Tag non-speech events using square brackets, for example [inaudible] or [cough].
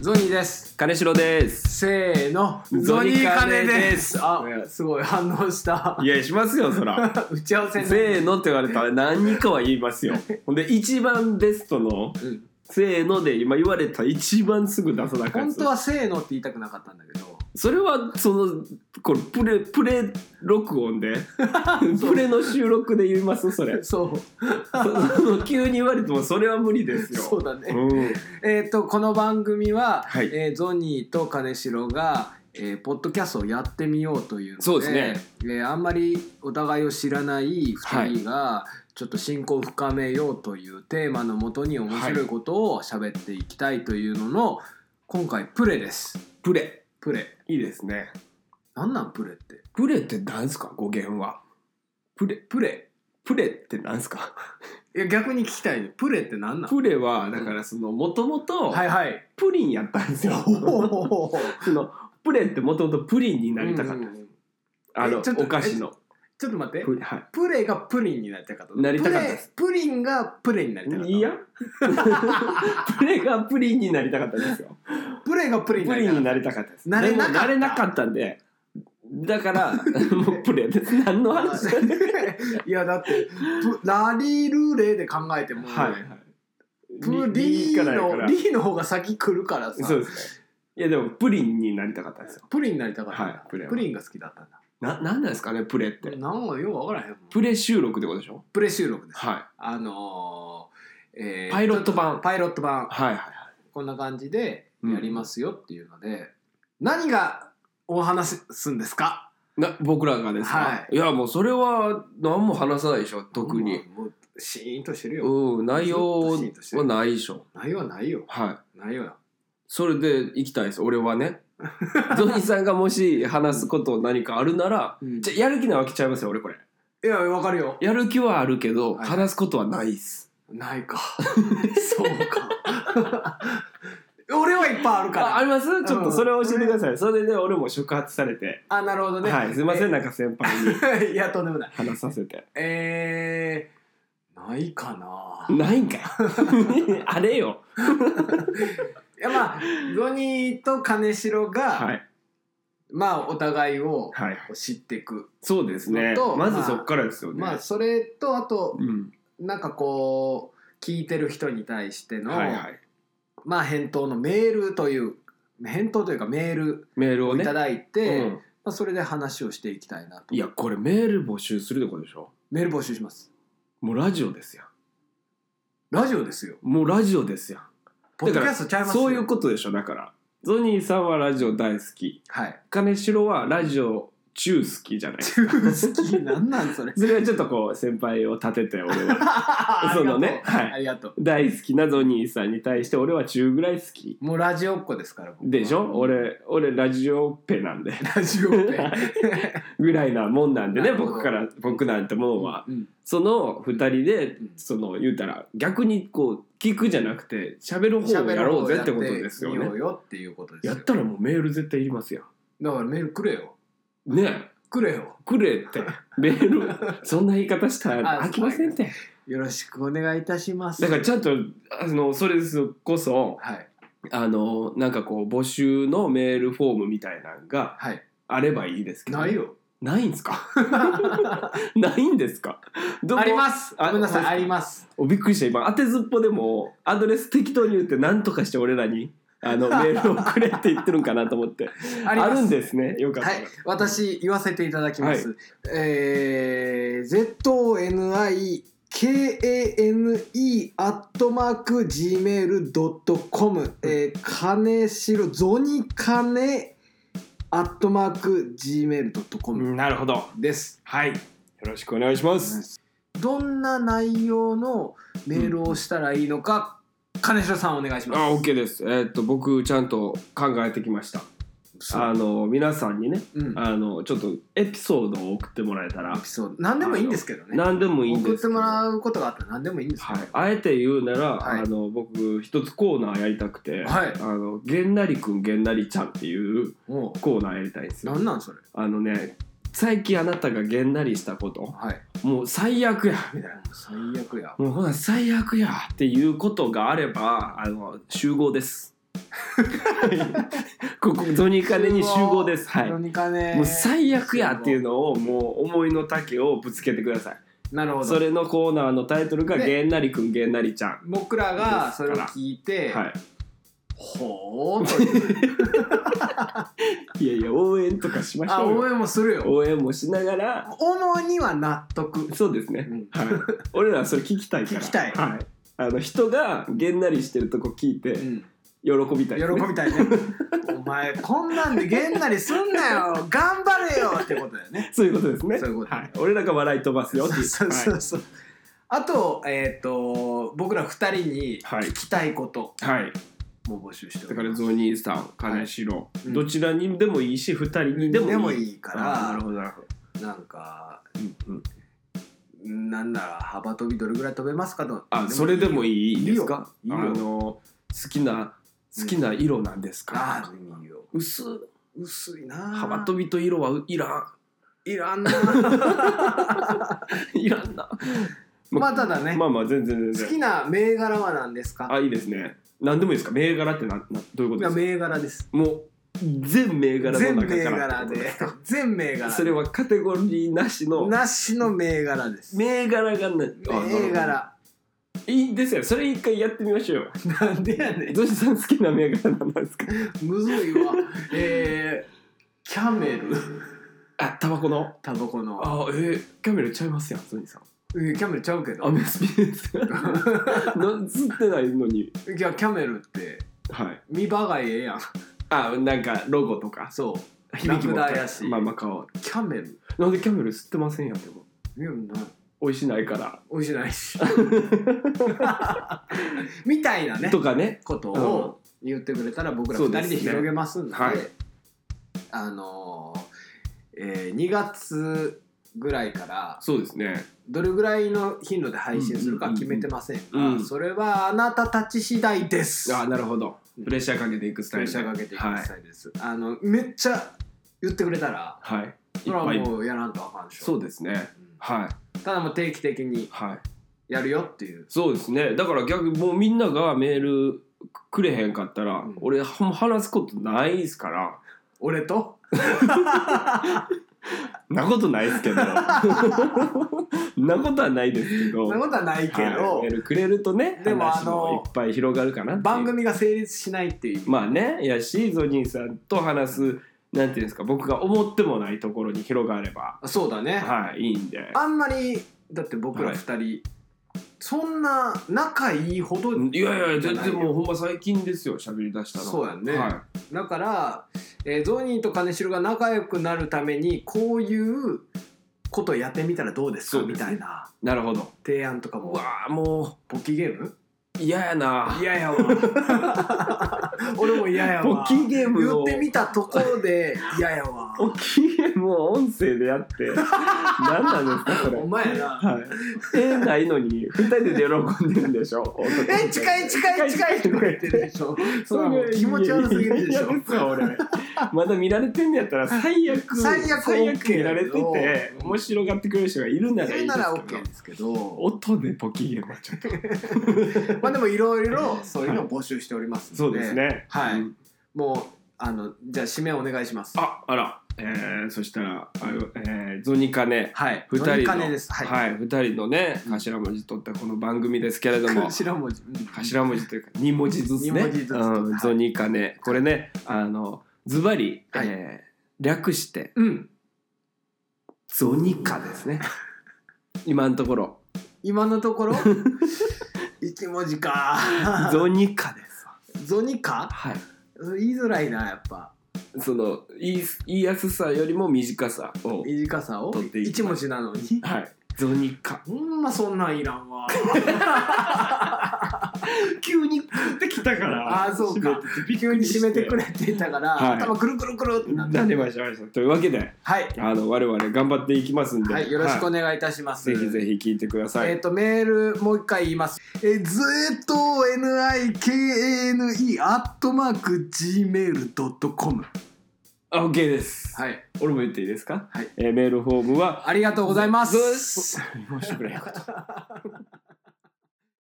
ゾニーです金城です。せーのゾニーカカネネでですすあすごい反応したいや、しますよ、そら。打ち合わせね [laughs] せーのって言われたら何かは言いますよ。 [laughs] ほんで、一番ベストの、うんせーので今言われた一番すぐ出さなかった。本当はせーのって言いたくなかったんだけどそれは、その、これ、プレ、プレ録音 [laughs] で、そうプレの収録で言いますそ [laughs] れ。そうその急に言われてもそれは無理ですよ。そうだね、うん。えっ、とこの番組は、はいえーゾニーと金城が、えーポッドキャストをやってみようというのでそうですねえーあんまりお互いを知らない2人が、ちょっと親交を深めようというテーマのもとに面白いことを喋っていきたいというのの、今回プレですプレ。プレいいですね。なんなんプレってプレって何すか語源は。プレ、プレ。プレって何すか [laughs] いや逆に聞きたいねプレってなんなんプレは、だからその、もともと、はいはいプリンやったんですよ。 [laughs] そのプレってもともとプリンになりたかった、うんうんうんあえのちょっとお菓子のちょっと待ってプリンはプレがプリンになりたかったなりたかったですプレプリンがプレになりたかったいいや [laughs] プレがプリンになりたかったんですよプレがププリンになりリたンかったになりたかったですなれなかったでもなれなかったんでだからもうプレ [laughs] です何の話いやだってプラリルレで考えても、はいはいプリリンかーらやかのらリーの方が先来るからさそうですねいやでもプリンになりたかったんですよプリンになりたかったんだ、はいプレはプリンが好きだったんだななんなんですかねプレってなんかようわからへんもんプレ収録ってことでしょプレ収録ですはいあのーえーパイロット版パイロット版はいはいはいこんな感じでやりますよっていうので、何がお話すんですかな僕らがですか、、はいやもうそれは何も話さないでしょ特に、もうもうシーンとしてるよ、うん、内容はないでしょ。内容はないよはい。ないよそれで行きたいです、俺 [laughs] はね。ゾニーさんがもし話すこと何かあるなら、うんじゃやる気なわけちゃいますよ、俺これ。いやわかるよやる気はあるけど、はい話すことはないっす。ないか [laughs] そうか [laughs] 俺はいっぱいあるかあ、あらりますちょっうとんそれを教えてください。それで俺も触発されて。あなるほどねはい、すいません、なんか先輩にえ [laughs] いやとんでもない話させて。 [laughs] えー、ないかな、いない [laughs] んかい。あれよ。やまあゾニーと金城が、はい。まあお互いをはい。知っていく、そうですねと。まずそっからですよね。まあそれとあとうん。なんかこう聞いてる人に対しての、はいはい。まあ返答のメールという返答というかメールメールををいね。ただいて、うんまあ、それで話をしていきたいなといや、これメール募集するってことでしょメール募集しますもうラジオですよ。ラジオですよもうラジオですよ。ポッドキャストちゃいますよそういうことでしょ、だから。ゾニーさんはラジオ大好き。はい金城はラジオ中好き [laughs] じゃない。そ中好きなんなんそれれはちょっとこう、先輩を立てて、 [laughs] 俺は。そ [laughs] そのねはいありがとう大好きなゾニーさんに対して、俺は中ぐらい好き。もうラジオっ子ですから僕はでしょ俺、俺ラジオペなんで。ラジオっ子 [laughs] ぐらいなもんなんでね、なるほど僕から、僕なんてもんは。うんその二人でうん、その、言うたら、逆にこう、聞くじゃなくて、喋る方をやろうぜってことですよ喋ろうやってみよね。うよっていうことですやよったらもうメール絶対いりますよ。だからメールくれよねえ。くれよくれ [laughs] ってメールそんな言い方したらあ飽きませんってよろしくお願いいたしますだからちゃんとあのそれこそはいあのなんかこう募集のメールフォームみたいなのがはいあればいいですけどないよないんですか [laughs] ないんですかどうも [laughs] ありますあごめんなさいそうですかありますおびっくりした今当てずっぽでもアドレス適当に言って何とかして俺らに [laughs] あのメールをくれって言ってるんかなと思ってあありまするんですねよかったはらい、私言わせていただきます。えー、zonikane アットマーク gmail ドットコム、えー、金城ゾニカネアットマーク gmail ドットコうムんなるほどです。はいよろしくお願いしますどんな内容のメールをしたらいいのか、金城さんお願いします。あ、オッケーです。えーっと僕ちゃんと考えてきました。そうあの皆さんにね、うん、あのちょっとエピソードを送ってもらえたらエピソード何でもいいんですけどね。何でもいいんです送けど。ってもらうことがあったら何でもいいんですけはい。あえて言うなら、はいあの僕一つコーナーやりたくて、はいあのげんなりくんげんなりちゃんっていうど、もコーナーやりたいんですうよ。何なんそれ。あのね。最近あなたがげんなりしたことはい。もう最悪やみたいな最悪や。 [laughs] もうほな最悪やっていうことがあればあの集合ですここゾニカネに集合ですはいロニカネもう最悪やっていうのをもう思いの丈をぶつけてくださいなるほどそれのコーナーのタイトルが「でげんなりくんげんなりちゃん僕らがそれを聞い」て、はほーという [laughs] い、いやいや応援とかしましあょう応よ援もするよ応援もしながら主には納得そうですね、うん [laughs] はい、俺らそれ聞きたいから聞きたいはい、あの人がげんなりしてるとこ聞いてうん喜びたい、ね、喜びたい [laughs] ねお前こんなんでげんなりすんなよ頑張れよってことだよねそういうことですねそういうことはい、俺らが笑い飛ばすよっていうそうそうそう、あとえっ、と僕ら二人にはい聞きたいことはい、はいも募集しておだりまかす、らゾニーさん金城、うんどちらにでもいいし2人にでもいいでもいいからあーなるほどなるほど、なんかうんうん、なんだら幅跳びどれぐらい飛べますかとあそれでもいいですかいいよあの好きな好きな色なんですか、あいいよ薄薄いな幅跳びと色はいらびいらんなん [laughs] いらんな [laughs] まあただね、まあまあ全然好全然きな銘柄は何ですかあいいですね何でもいいですか銘柄ってななどういうことですか銘柄ですもう全銘柄全の銘中から柄ってことですか全銘柄それはカテゴリーなしのなしの銘柄です銘柄がないあなるほど銘柄いいですよそれ一回やってみましょうよなんでやねんどうしさん好きな銘柄なんですかむずいわえー、キャメルあタバコのタバコのあえー、キャメルちゃいますやんソニーさんえーキャメルちゃうけアどメスピですな吸ってないのに [laughs] いやキャメルってはい見場がええやんあなんかロゴとかそう響きもラクダやしまあまあ顔キャメルなんでキャメル吸ってませんやんでもいやな美味しないから美味しない [laughs] しみたいなねとかねことを言ってくれたら僕らそう2で人ですね広げますんではいあのーえー2月ぐらいからそうですねどれぐらいの頻度で配信するか決めてませんが、うんそれはあなたたち次第です。あなるほどうんプレッシャーかけていくスプタイレッルシャーかけていくスルタイルです、あのめっちゃ言ってくれたらはい、はい、それはいっぱいもうやらんとあかんでしょそうですねうんはいただもう定期的にはいやるよっていうそうですねだから逆にもうみんながメールくれへんかったら、うん俺ほんま話すことないですから俺となことないですけ [laughs] どなことはないですけどそんなことはないけど、はいメールくれるとねでも話あのもいっぱい広がるかなっていう番組が成立しないっていうまあねやしゾニーさんと話すなんていうんですか僕が思ってもないところに広がればそうだね、はいいいんであんまりだって僕ら二人、そんな仲いいほどいやいやじゃ全ない然よもうほんま最近ですよ喋り出したのそうやんねはだから、えーゾニーと金城が仲良くなるためにこういうことやってみたらどうですかそうでみすねたいななるほど提案とかうもわーもポッキーゲームう嫌やないややわ [laughs] 俺も嫌やポわッキーゲーム言をってみたところで嫌や [laughs] わポッキーゲームを音声でやって何なんですかこれお前やなはい、絵ないのに2人で喜んでるんでしょえ近い近い近いとか言ってるでしょそれはもう気持ち悪すぎるでしょ嫌ですわ俺まだ見られてんのやったら最悪最悪最 OK 見られててうん面白がってくれる人がいるなら言いいうでならすけ OK どですけど音でポキゲームはちょっとまあでもいろいろそういうのを募集しておりますそのうでですねはいうんもうあのじゃあ締めお願いしますああら、えー、そしたらあの、えー、ゾニカネはい2人のお金ですはい、はい、二人のね頭文字取ったこの番組ですけれども頭文字うん頭文字というか2文字ずつね二文字ずつうん、ゾニカネこれねあのズバリ、はいえー略してうんゾニカですね今のところ今のところ一文字かゾニカですわゾニカはい言いづらいなやっぱその言い言いやすさよりも短さを短さを取っていきます一文字なのにはいゾニカほんまそんなんいらんわ急に食ってきたからあーそうか急に締めてくれって言ったから、はい頭くるくるくるってなってなりましたなりましたというわけではい、あの我々頑張っていきますんで、はい、よろしくおは願いいたします、ぜひぜひ聞いてください、えっ、とメールもう一回言います。えー、ずーっと n i k a n e アットマーク gmail ドットコム。あ OK です、はい。俺も言っていいですか、はいえーメールフォームはありがとうございます。申し訳ないこと